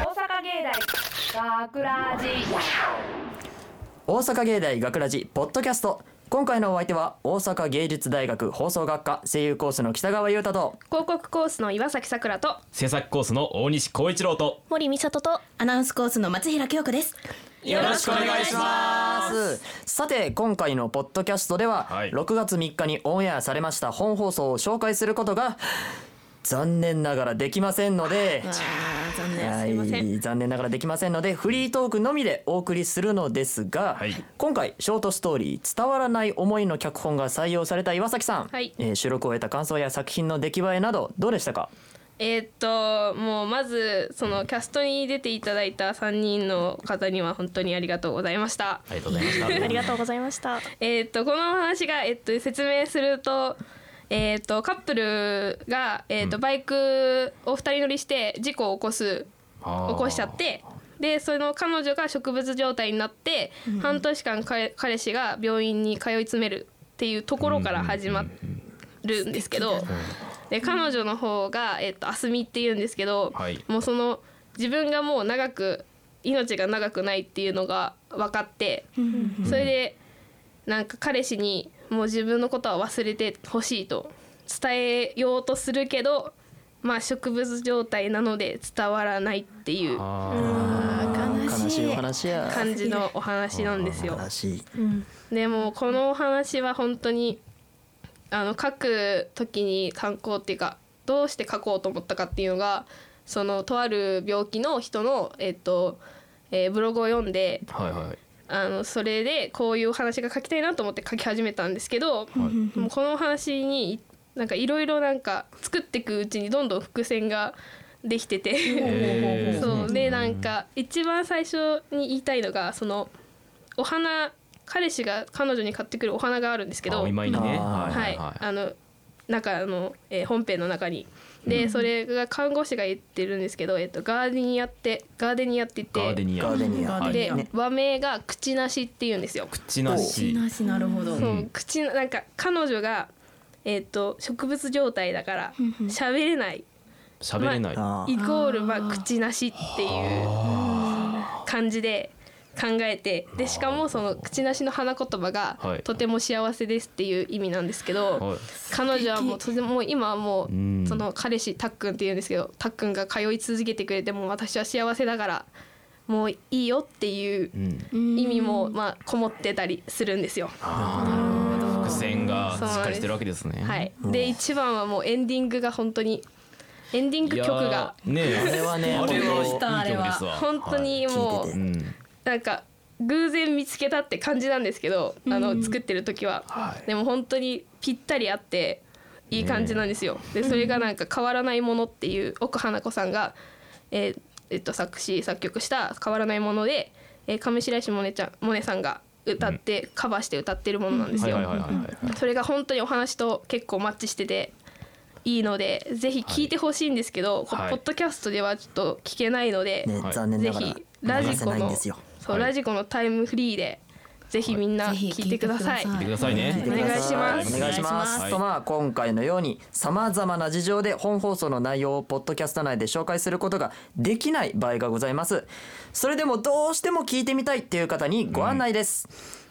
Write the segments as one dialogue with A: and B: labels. A: 大学ラジ
B: 大阪芸大学ラジポッドキャスト今回のお相手は大阪芸術大学放送学科声優コースの北川優太と
C: 広告コースの岩崎さくらと
D: 制作コースの大西光一郎と
E: 森美里とアナウンスコースの松平京子です
D: よろしくお願いしま
B: さて今回のポッドキャストでは、
D: はい
B: 6月3日にオンエアされました本放送を紹介することが残念ながらできませんので
E: あー残念
B: は
E: すいません
B: い残念ながらできませんのでフリートークのみでお送りするのですが、
D: はい
B: 今回ショートストーリー「伝わらない思い」の脚本が採用された岩崎さん、
C: はい
B: えー収録を終えた感想や作品の出来栄えなどどうでしたか
C: えーっともうまずそのキャストに出ていただいた3人の方には本当にありがとうございました
D: ありがとうございました
E: ありがとうございました
C: えーっとこの話が、えっと説明するとえーっとカップルが、えーっとバイクを2人乗りして事故を起こす
D: あー
C: 起こしちゃってでその彼女が植物状態になって、半年間彼彼氏が病院に通い詰めるっていうところから始まるんですけど、で彼女の方が、えっと、あすみっていうんですけど、
D: はい
C: もうその自分がもう長く命が長くないっていうのが分かって、それでなんか彼氏にもう自分のことは忘れてほしいと伝えようとするけどまあ植物状態なので伝わらないっていう
D: あ
E: 悲
B: 悲し
E: しい
B: いお話や
C: 感じのお話なんですよ。
B: 悲しい
C: でもこのお話は本当にあの書く時に参考っていうかどうして書こうと思ったかっていうのがそのとある病気の人の、えっとえーブログを読んで
D: ーはいはい
C: あのそれでこういうお話が書きたいなと思って書き始めたんですけど、もうこのお話になんかいろいろなんか作っていくうちにどんどん伏線ができてて、
D: えー
C: そうでなんか一番最初に言いたいのがそのお花彼氏が彼女に買ってくるお花があるんですけ
D: あ
C: ど
D: お見舞いにね
B: あー
C: はい、あの中の、えー本編の中に。で、それが看護師が言ってるんですけど、えっと、ガーデニアってガーデニアって言って
D: ガーデニア
B: ガーデニア
E: ガーデニ
C: で、
E: アね
C: 和名が口なしって言うんですよ。
D: 口なし
E: なしなるほど
C: そう、口のなんか彼女がえっ、と植物状態だから喋れない
D: 喋れない
B: あー
C: イコールまあ口なしっていう感じで考えてでしかもその口なしの花言葉が
D: はい
C: とても幸せですっていう意味なんですけど、
D: はい
C: 彼女はもうとても今はも
D: うん
C: うその彼氏たっくんっていうんですけどたっくんが通い続けてくれてもう私は幸せだからもういいよっていう
D: うん
C: 意味もまあこもってたりするんですよ。
D: 伏線がしっかりしてるわけですね
C: はい、で一番はもうエンディングが本当にエンディング
D: いや
C: 曲が
D: ーねえ
B: あれはね
D: あれ
B: 本当
D: はいい
B: に
D: 曲ですわ
C: 本当に
B: 聞い
C: も
B: てて
C: う
D: うん
C: なんか偶然見つけたって感じなんですけど、あの作ってる時は、
D: はい
C: でも本当にぴったりあっていい感じなんですよ。でそれがなんか変わらないものっていう奥花子さんが、えーえっと作詞作曲した変わらないもので、えー上白石萌音ちゃん萌音さんが歌って、カバーして歌ってるものなんです
D: はい
C: よ。
D: はいはいはいはい
C: それが本当にお話と結構マッチしてていいのでぜひ聞いてほしいんですけど、こ
D: はい
C: ポッドキャストではちょっと聞けないので、
B: ね
D: はい
B: 残念
C: ぜ
B: ながら
C: ひラ
B: 流
C: ジ
B: せ
C: コ
B: ないん
C: の
B: ですよ
C: そう、
D: はい
C: ラジコのタイムフリーでぜひみんな
E: ぜひ
C: 聞いてください。
E: 聞
D: 聞いてくださいね
C: お願いします
B: お願いします。
D: はい
B: とまあ今回のようにさまざまな事情で本放送の内容をポッドキャスト内で紹介することができない場合がございます。それでもどうしても聞いてみたいっていう方にご案内です。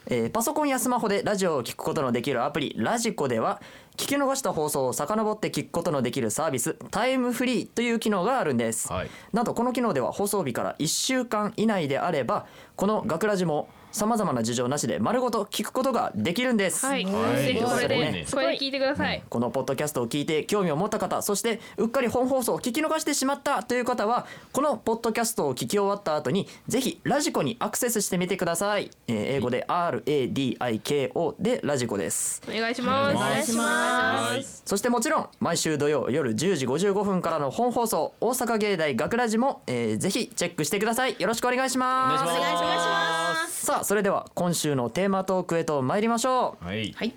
B: えーパソコンやスマホでラジオを聞くことのできるアプリラジコでは聞き逃した放送を遡って聞くことのできるサービスタイムフリーという機能があるんです、
D: はい
B: などこの機能では放送日から1週間以内であればこの「学ラジもさまざまな事情なしで丸ごと聞くことができるんです、
C: はい、
D: はい
C: ぜひこれ
B: そうです
C: で
D: ね
C: これで聞いてください。
B: このポッドキャストを聞いて興味を持った方そしてうっかり本放送を聞き逃してしまったという方はこのポッドキャストを聞き終わった後にぜひラジコにアクセスしてみてください、えー英語で RADIKO でラジコです
C: お願いします。
D: お願いし
E: ま
D: はい
B: そしてもちろん毎週土曜夜10時55分からの本放送大阪芸大学ラジも、えーぜひチェックしてくださいよろしくお願いし
D: お願
B: ま
D: い
B: す
D: します
B: さあそれでは今週のテーマトークへと参りましょう
D: はい
E: はい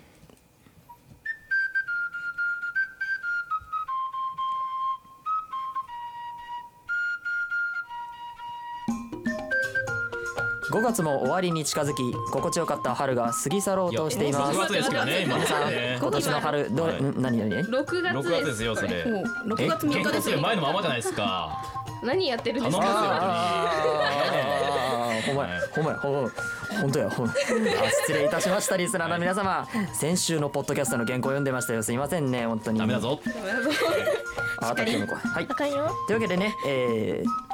B: 5月も終わりに近づき心地よかった春が過ぎ去ろうとしていま
D: や
B: す
D: 六月ですけどね今
B: 皆さん
D: ね
B: 今年の春どれ、
D: はい
B: ん何何
C: 六月
D: 六月ですよそれ
E: 6月
D: え
E: 3日で
D: 結
E: す
D: 構前のままじゃないですか
C: 何やってるんです
D: 頼むよ
C: か
B: あーほんまやほんまやほんまやほんとやほんまやあ失礼いたしましたリスナーの皆様先週のポッドキャストの原稿読んでましたよすいませんね本当に
D: ダメだぞ。
B: あたきもこいはい
E: あかんよ。
B: というわけでね、えー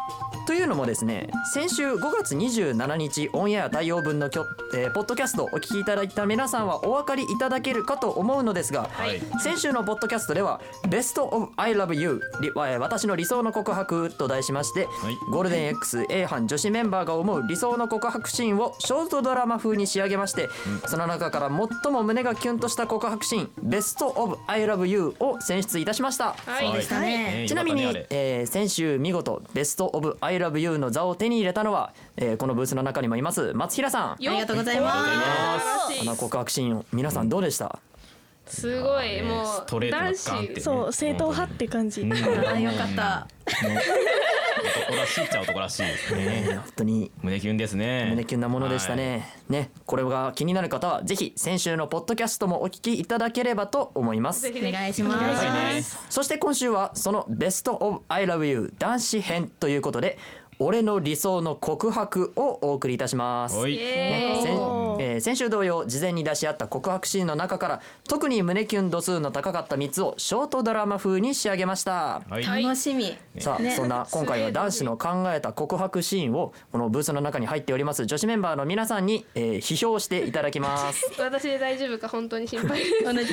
B: というのもですね先週5月27日オンエア対応分のきょ、えーポッドキャストをお聞きいただいた皆さんはお分かりいただけるかと思うのですが、
D: はい。
B: 先週のポッドキャストでは「ベスト・オブ・アイ・ラブ・ユー」私の理想の告白と題しまして、
D: い
B: ゴールデン XA 班女子メンバーが思う理想の告白シーンをショートドラマ風に仕上げまして、その中から最も胸がキュンとした告白シーン「ベスト・オブ・アイ・ラブ・ユー」を選出いたしました。
C: はい
D: はい
C: でしたね
D: えー
B: ちなみに、
D: よかったねあれ
B: えー先週見事ベストオブアイラブユーの座を手に入れたのは、えーこのブースの中にもいます松平さん。
E: ありがとうございま
B: あの告白シーン皆さんどうでした？
C: すすごいもう
D: ストレートな
C: 男
D: ガンって
C: 子
F: そう正統派って感じ、
E: す。あ、よかった。
D: 男らしいっちゃ男らしいです
B: えー
D: ね。
B: 本当に
D: 胸キュンですね。
B: 胸キュンなものでしたね。ねこれが気になる方はぜひ先週のポッドキャストもお聞きいただければと思います
C: ぜ。ひ
E: お
C: ね
E: 願いしま
D: はい。
E: す。
D: はいね。
B: そして今週はそのベストオブアイラブユー男子編ということで。俺の理想の告白をお送りいたします。
D: おい。
B: ね
C: え
B: 先
C: ー
B: えー先週同様事前に出し合った告白シーンの中から特に胸キュン度数の高かった3つをショートドラマ風に仕上げました、
D: はい。
C: はい
E: 楽しみ。
B: さあ、
E: ね
B: そんな今回は男子の考えた告白シーンをこのブースの中に入っております女子メンバーの皆さんに、えー批評していただきます
C: 私で大丈夫か本当に心配です
E: 同じく。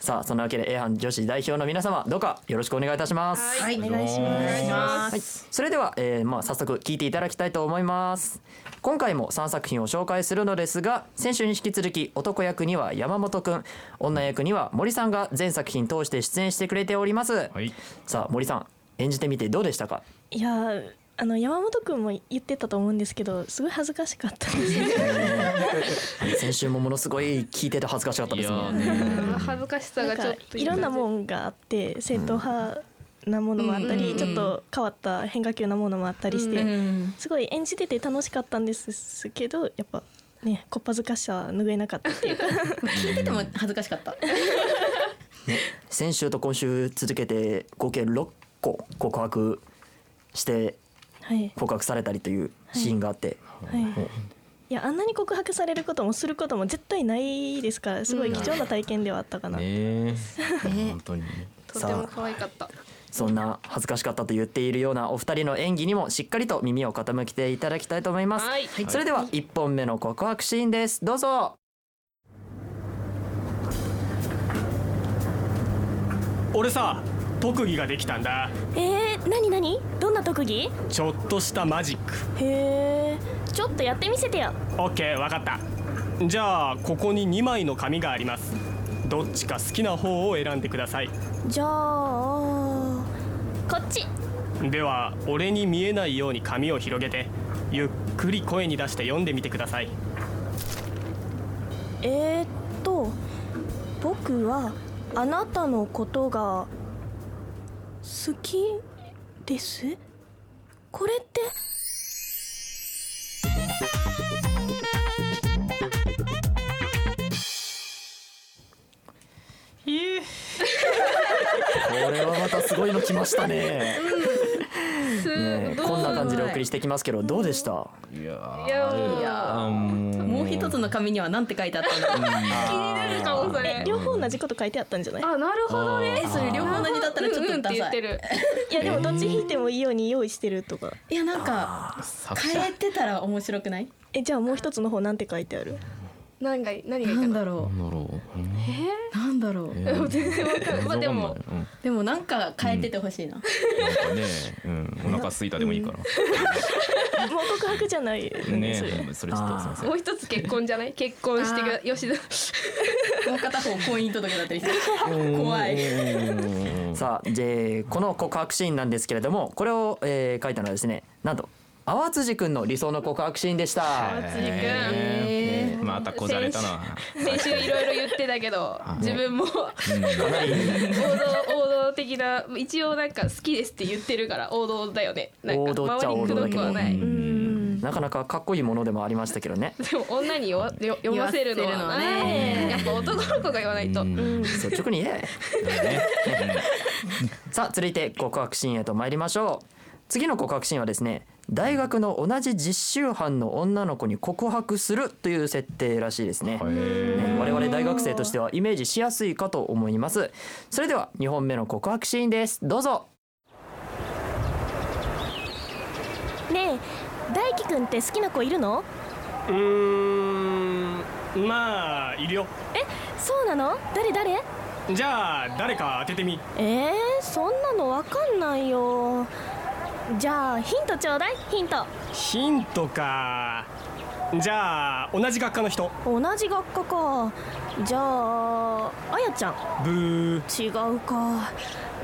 B: さあそんなわけで A 班女子代表の皆様どうかよろしくお願いいたします、
C: はい
E: はい。
D: お願いします
E: お願いします。
B: それでは、えーまあ、早速聞いていただきたいと思います今回も3作品を紹介するのですが先週に引き続き男役には山本くん女役には森さんが全作品通して出演してくれております、
D: はい。
B: さあ森さん演じてみてどうでしたか
F: いやーあの山本くんも言ってたと思うんですけどすごい恥ずかしかったです
B: 先週もものすごい聞いてて恥ずかしかったです
D: いやー
B: ね
D: ね
C: 恥ずかしさ
F: な
C: が
F: ん
C: ちょ
F: か
C: っと
F: いろんなも
C: ん
F: んがあって正統派なものもあった
E: うんうん
F: り、
E: うん
F: ちょっと変わった変化球なものもあったりして、
E: うん
F: すごい演じてて楽しかったんですけどやっぱねこっぱずかしさは拭えなかったっていうか
E: 聞いてても恥ずかしかった。
B: 先週と今週続けて合計6個告白して
F: はい、
B: 告白されたりというシーンがあって、
F: はい、いやあんなに告白されることもすることも絶対ないですからすごい貴重な体験ではあったかな、
D: ねえ。 本当に。
C: とても可愛かった
B: そんな恥ずかしかったと言っているようなお二人の演技にもしっかりと耳を傾けていただきたいと思います、
C: はい
B: それでは1本目の告白シーンですどうぞ
G: 俺さ特技ができたんだ
F: えー、なになにどんな特技
G: ちょっとしたマジック
F: へえちょっとやってみせてよ
G: オッケーわかったじゃあここに2枚の紙がありますどっちか好きな方を選んでください
F: じゃあこっち
G: では俺に見えないように紙を広げてゆっくり声に出して読んでみてください
F: えー、っと僕はあなたのことが好きですこれって
B: これはまたすごいの来ましたね
C: す
B: ねえ
C: どう
B: こんな感じでお送りしてきますけどどうでした
D: いやー。
C: いやもう
E: いや
D: あーもう。
E: もう一つの紙には何て書いてあったの。
C: 気になるかもそれ
F: 両方同じこと書いてあったんじゃない
C: あなるほどね
E: えそれ両方同じだったらちょっ
C: う
E: と
C: んうんって
E: ダ
C: 言っ
E: サ
C: て
E: い。
C: る
F: いやでもどっち引いてもいいように用意してるとか
E: いやなんか
D: 作者。
E: 変えてたら面白くない？
F: えじゃあもう一つの方なんて書いてあ る
C: 何が何がいい
E: な
C: か
E: ん
C: な
E: だろ
D: なんだろう。うん
E: う。なんだろう。
D: えー
C: 全然わかんないまあでも。
D: うんなん
E: でもなんか変えててほしいな。
D: かね、うん、お腹空いたでもいいから。
F: もう告白じゃないよねそれ
D: ねえ、それちょっとすみません
C: も。う一つ結婚じゃない結婚してく吉田
E: もう片方婚姻届だったりして。怖い。
B: さあでこの告白シーンなんですけれどもこれを、えー書いたのはですねなんと淡辻君の理想の告白シーンでした、
C: 松井
D: えーまたこじゃれたな。
C: 君先週いろいろ言ってたけど自分も王道 王道的な一応なんか好きですって言ってるから王道だよねなんか
B: 王道っちゃ
C: 周り
B: 王
C: にく
B: 道
C: ど
B: だけ
C: く
B: ど
C: はない
B: なかなかかっこいいものでもありましたけどね
C: でも女によよ読ませるの
E: 言わせるのは
C: は
E: ね
C: ねやっぱ男の子が言わないと
D: うん
B: 率直に言え
D: ね
B: さあ続いて告白シーンへと参りましょう次の告白シーンはですね大学の同じ実習班の女の子に告白するという設定らしいですね、ね我々大学生としてはイメージしやすいかと思いますそれでは2本目の告白シーンですどうぞ
F: ねえ大輝くんって好きな子いるの
G: うーんまあいるよ
F: えそうなの誰誰
G: じゃあ誰か当ててみ
F: えー、そんなのわかんないよじゃあヒントちょうだいヒント
G: ヒントかじゃあ同じ学科の人
F: 同じ学科かじゃああやちゃん
G: ブー
F: 違うか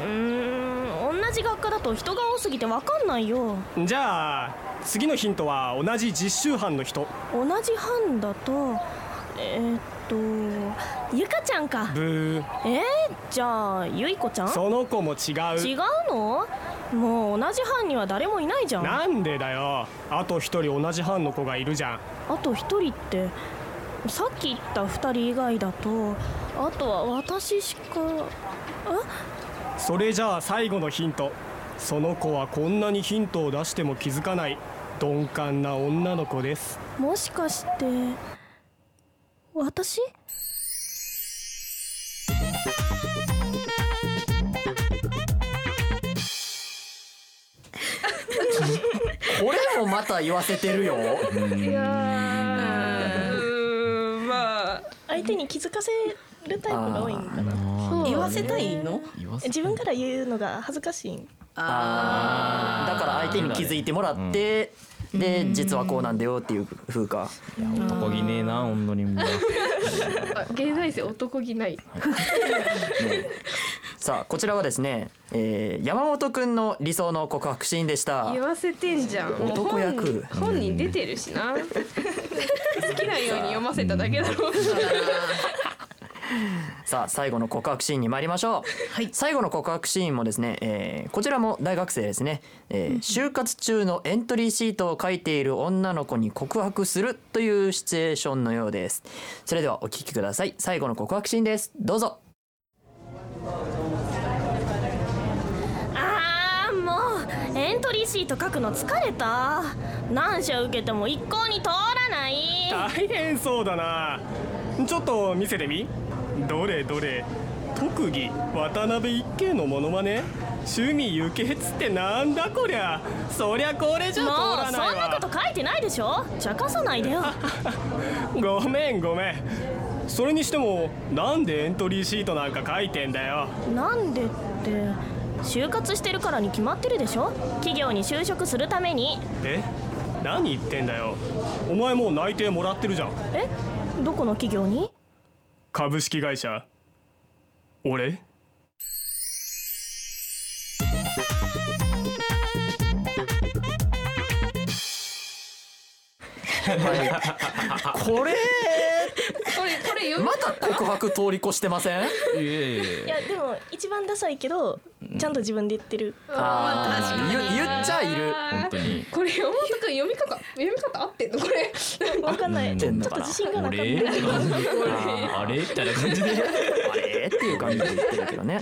F: うーん同じ学科だと人が多すぎてわかんないよ
G: じゃあ次のヒントは同じ実習班の人
F: 同じ班だとえーっとゆかちゃんか
G: ブ
F: えー、じゃあゆいこちゃん
G: ーその子も違
F: 違
G: う
F: うのもう同じ班には誰もいないじゃんあ
G: なんでだよあと一人同じ班の子がいるじゃん
F: と一人ってさっき言った二人以外だとあとは私しか
G: それじゃあ最後のヒントその子はこんなにヒントを出しても気づかない鈍感な女の子です
F: えもしかして私
B: これもまた言わせてるよ
C: いやーうーんまあ
F: 相手に気づかせるタイプが多いんだな
C: そう
E: 言わせたいの
D: 言わせ
F: 自分から言うのが恥ずかしい
B: あーだから相手に気づいてもらって、で実はこうなんだよっていう風か
D: 男気ねえな本当にもう
C: あ芸大生男気ない
B: さあこちらはですね、えー山本くんの理想の告白シーンでした
C: 言わせてんじゃんもう本
B: 男役
C: 本人出てるしな好きなように読ませただけだろう
B: さあ最後の告白シーンに参りましょう、最後の告白シーンもですね、えーこちらも大学生ですね、えー就活中のエントリーシートを書いている女の子に告白するというシチュエーションのようですそれではお聞きください最後の告白シーンですどうぞ
F: あーもうエントリーシート書くの疲れた何社受けても一向に通らない
G: 大変そうだなちょっと見せてみどれどれ特技渡辺一慶のモノマネ趣味輸血ってなんだこりゃそりゃこれじゃ
F: も
G: 通
F: う
G: らな
F: そ
G: い
F: んな
G: わ
F: こと書いてないでしょ茶化さないでよ
G: ごめんごめんそれにしてもなんでエントリーシートなんか書いてんだよ
F: なんでって就活してるからに決まってるでしょ企業に就職するために
G: え何言ってんだよお前もう内定もらってるじゃん
F: えどこの企業に
G: 株式会社俺
B: これ
C: これこれ読
B: ま
C: み
B: た告白通り越してません
D: いやいやい
F: い
D: や
F: やでも一番ダサいけどちゃんと自分で言ってる
B: あー言言っちゃいる
D: 本当に
C: これ山本君読み方読み方合ってんのこれ
F: わかんないちょっと自信がなかった
D: 俺あれみたいな感じで
B: あれっていう感じで言ってるけどね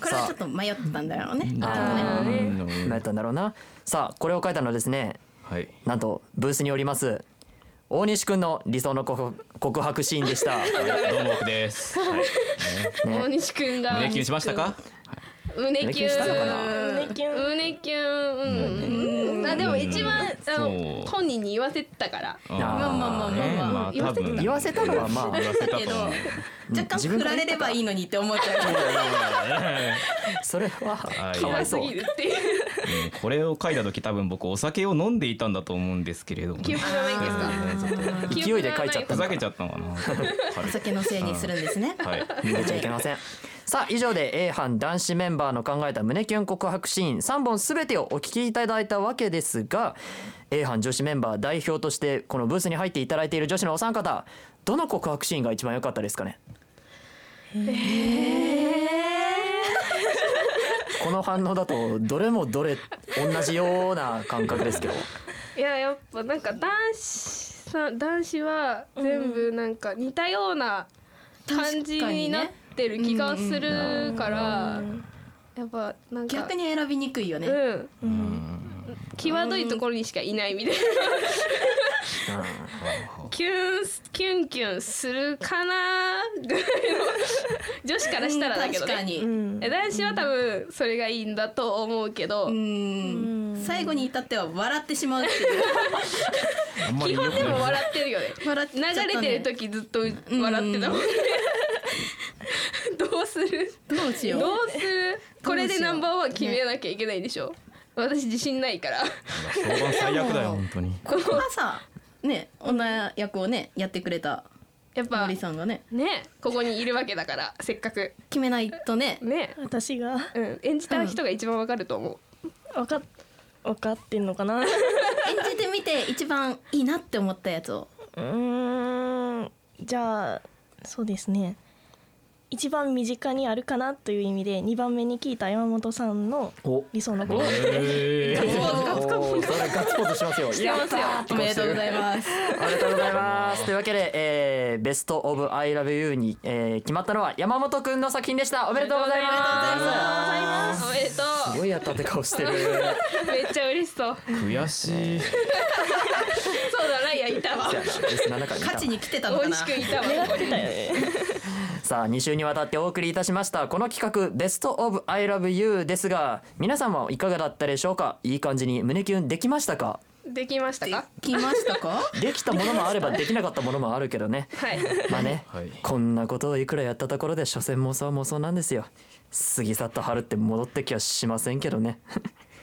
E: これはちょっと迷ってたんだろうね
B: あ
C: ーね
B: ーなったんだろうなさあこれを書いたのはですね
D: はい
B: なんとブースにおります大西くんの理想の告告白シーンで した。
D: どうも僕ですはいね
C: 大西君が
D: 胸キュンしましたか
C: 胸
B: 胸キ
C: キュン
B: ュンしたのか
F: 胸キュン
C: 胸キュンうんあでも一番あ
D: そう
C: の本人に言わせたから
D: あー
B: まあ
E: まあまあまあ
D: ね
E: ま
D: あ多分
B: 言わせたのはま
D: 言わせたと思う
E: 若干振られればいいのにって思っちゃう
B: あそれは
D: はい
B: かわい
C: す
B: そう
C: ぎ。るっていう
D: うんこれを書いた時多分僕お酒を飲んでいたんだと思うんですけれども
C: 記憶がないんですか
B: 勢いで書いちゃったんだ
D: ふざ
B: か
D: け
B: ら
D: ちゃったのかな
E: お酒のせいにするんですね
D: はい
B: 出ちゃいけません。さあ以上で A 班男子メンバーの考えた胸キュン告白シーン3本すべてをお聞きいただいたわけですが A 班女子メンバー代表としてこのブースに入っていただいている女子のお三方どの告白シーンが一番良かったですかねこの反応だとどれもどれ同じような感覚ですけど
C: いややっぱなんか男子さ男子は全部なんか似たような感じになってる気がするから、やっぱなんか
E: 逆に選びにくいよね、
C: うん
D: うん
C: 際どいところにしかいないみたいなキュンスキュンキュンするかなぐらいの女子からしたらだけど
E: 確か
C: ね
E: に、
F: うん
C: え男子は多分それがいいんだと思うけど、
E: うん最後に至っては笑ってしまうっていう
D: あんまり
C: 基
D: 良
C: 本
D: く
C: でも
D: ない
C: 笑ってるよね
E: 笑っちゃったね
C: 流れてる時ずっと笑ってたもんねどうする
E: どうしよ
C: ど
E: う
C: うするこれでナンバーワン決めなきゃいけないでしょ、私自信ないから
D: 評判最悪だよ本当に。
E: ここがさね女役をねやってくれた
C: やっぱ
E: 森さんがね
C: ねここにいるわけだからせっかく
E: 決めないと ね
C: ね
F: 私が
C: うん演じた人が一番わかると思う、
F: 分かっ分かってんのかな う
E: 演じてみて一番いいなって思ったやつを
F: ーんじゃあそうですね一番身近にあるかなという意味で2番目に聞いた山本さんの
B: お
F: 理想の子
B: えー、 おーそれガッツポーズしますよ。
C: してますよ
E: おめでとうございます
B: ありがとうございます。というわけで、えー、ベストオブアイラブユーに、えー、決まったのは山本くんの作品でした。おめでとうございます。
C: おめでと
B: すごいやったって顔してる。
C: うめっちゃ嬉しそう
D: 悔しい。
C: そうだな、いやいたわ。
B: じゃあ、リスナーの中にいた
E: 勝ちに来てたの
C: 美
E: か
C: 味
E: な
C: しくいたわ。
B: さあ2週にわたってお送りいたしましたこの企画「ベスト・オブ・アイ・ラブ・ユー」ですが皆さんはいかがだったでしょうかいい感じに胸キュンできましたか
C: できましたか。
E: 来ましたか
B: できたものもあればできなかったものもあるけどね
C: はい。
B: まあね、
D: はい
B: こんなことをいくらやったところで所詮妄想は妄想なんですよ過ぎ去った春って戻ってきはしませんけどね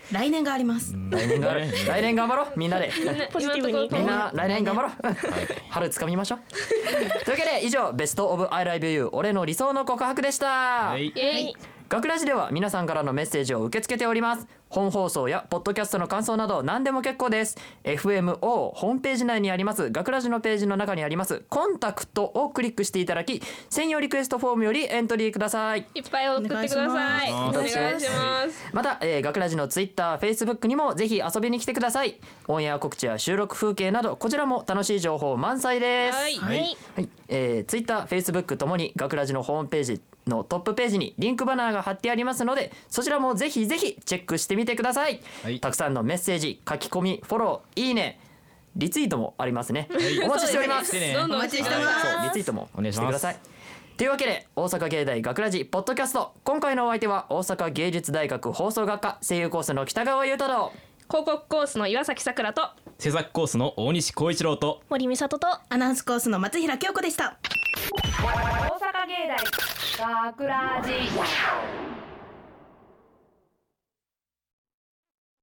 E: 来年があります
B: 来年がある来年頑張ろうみんな で
F: ポジティブに
B: みんな来年頑張ろう、 春つかみましょうというわけで以上「ベスト・オブ・アイ・ラブ・ユー俺の理想の告白」でした、
D: はい。
C: イエイ。
B: 学ラジでは皆さんからのメッセージを受け付けております本放送やポッドキャストの感想など何でも結構です FMO ホームページ内にあります学ラジのページの中にありますコンタクトをクリックしていただき専用リクエストフォームよりエントリーください
C: いっぱい送ってください。お
D: お
C: 願
D: 願
C: い
D: い
C: し
D: し
C: ます。
B: また、えー、学ラジの TwitterFacebook にもぜひ遊びに来てくださいオンエア告知や収録風景などこちらも楽しい情報満載です
C: はい。
D: はい
B: はい、えー、ツイッター、フェイスブックともに学ラジのホームページのトップページにリンクバナーが貼ってありますので、そちらもぜひぜひチェックしてみてください。
D: はい
B: たくさんのメッセージ、書き込み、フォロー、いいね、リツイートもありますね。お待ちしております。
D: そうですね
C: どんどん
E: お待ちしてます
B: そう、リツイートも
D: お願い
B: し
D: してます
B: ください。というわけで大阪芸大学ラジポッドキャスト今回のお相手は大阪芸術大学放送学科声優コースの北川優太郎
C: 広告コースの岩崎さくらと。
D: 制作コースの大西光一郎と
F: 森美里と
E: アナウンスコースの松平京子でした
A: 大阪芸大学ラジ